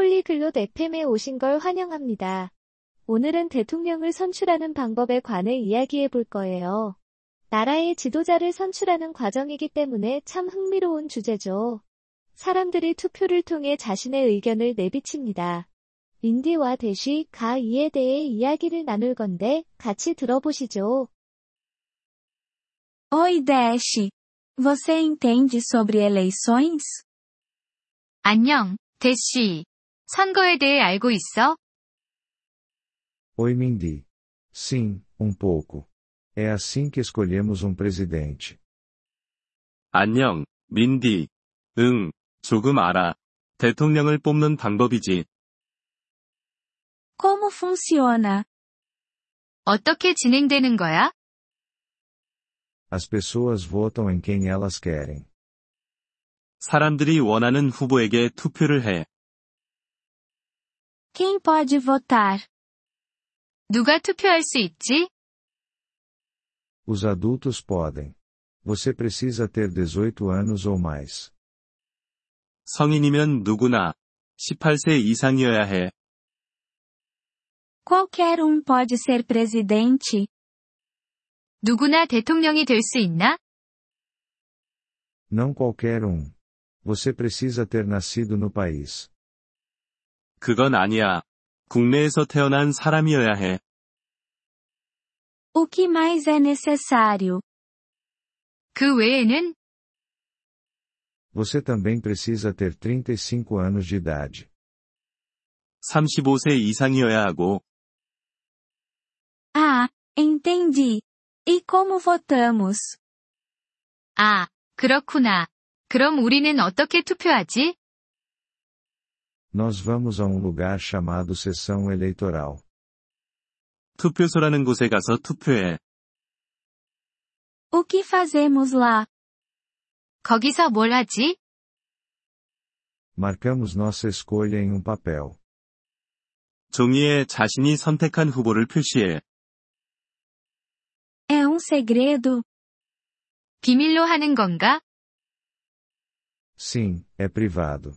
폴리글롯 FM에 오신 걸 환영합니다. 오늘은 대통령을 선출하는 방법에 관해 이야기해 볼 거예요. 나라의 지도자를 선출하는 과정이기 때문에 참 흥미로운 주제죠. 사람들이 투표를 통해 자신의 의견을 내비칩니다. 인디와 대쉬, 가 이에 대해 이야기를 나눌 건데 같이 들어보시죠. Oi, Dash. Você entende sobre eleições? 안녕, 대시. 선거에 대해 알고 있어? Oi, Mindy. Sim, um pouco. É assim que escolhemos um presidente. 안녕, 민디. 응, 조금 알아. 대통령을 뽑는 방법이지. Como funciona? 어떻게 진행되는 거야? As pessoas votam em quem elas querem. 사람들이 원하는 후보에게 투표를 해. Quem pode votar? 누가 투표할 수 있지? Os adultos podem. Você precisa ter 18 anos ou mais. 성인이면 누구나 18세 이상이어야 해. Qualquer um pode ser presidente? 누구나 대통령이 될 수 있나? Não qualquer um. Você precisa ter nascido no país. 그건 아니야. 국내에서 태어난 사람이어야 해. O que mais é necessário? 그 외에는 Você também precisa ter 35 anos de idade. 35세 이상이어야 하고, Ah, entendi. E como votamos? 아, 그렇구나. 그럼 우리는 어떻게 투표하지? Nós vamos a um lugar chamado sessão eleitoral. 투표소라는 곳에 가서 투표해. O que fazemos lá? 거기서 뭘 하지? Marcamos nossa escolha em um papel. 종이에 자신이 선택한 후보를 표시해. É um segredo? 비밀로 하는 건가? Sim, é privado.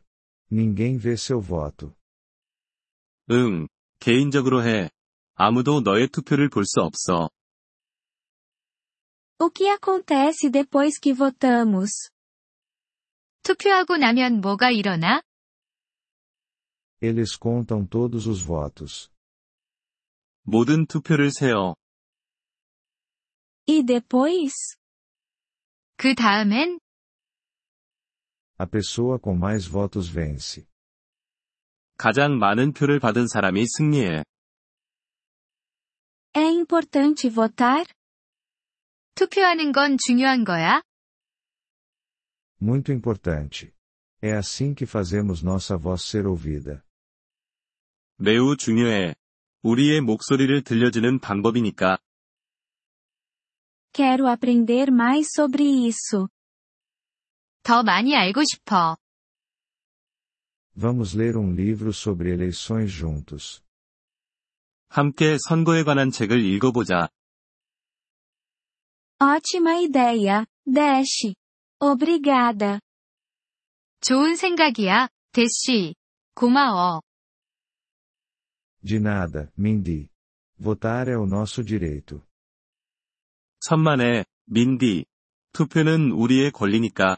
Ninguém vê seu voto. 응, 개인적으로 해. 아무도 너의 투표를 볼 수 없어. O que acontece depois que votamos? 투표하고 나면 뭐가 일어나? Eles contam todos os votos. 모든 투표를 세어. E depois? 그 다음엔 A pessoa com mais votos vence. 가장 많은 표를 받은 사람이 승리해. É importante votar? 투표하는 건 중요한 거야? Muito importante. É assim que fazemos nossa voz ser ouvida. 매우 중요해. 우리의 목소리를 들려주는 방법이니까. Quero aprender mais sobre isso. 더 많이 알고 싶어. Vamos ler um livro sobre eleições juntos. 함께 선거에 관한 책을 읽어보자. Ótima ideia, Dash. Obrigada. 좋은 생각이야, 대시. 고마워. De nada, Mindy. Votar é o nosso direito. 천만에, 민디. 투표는 우리의 권리니까.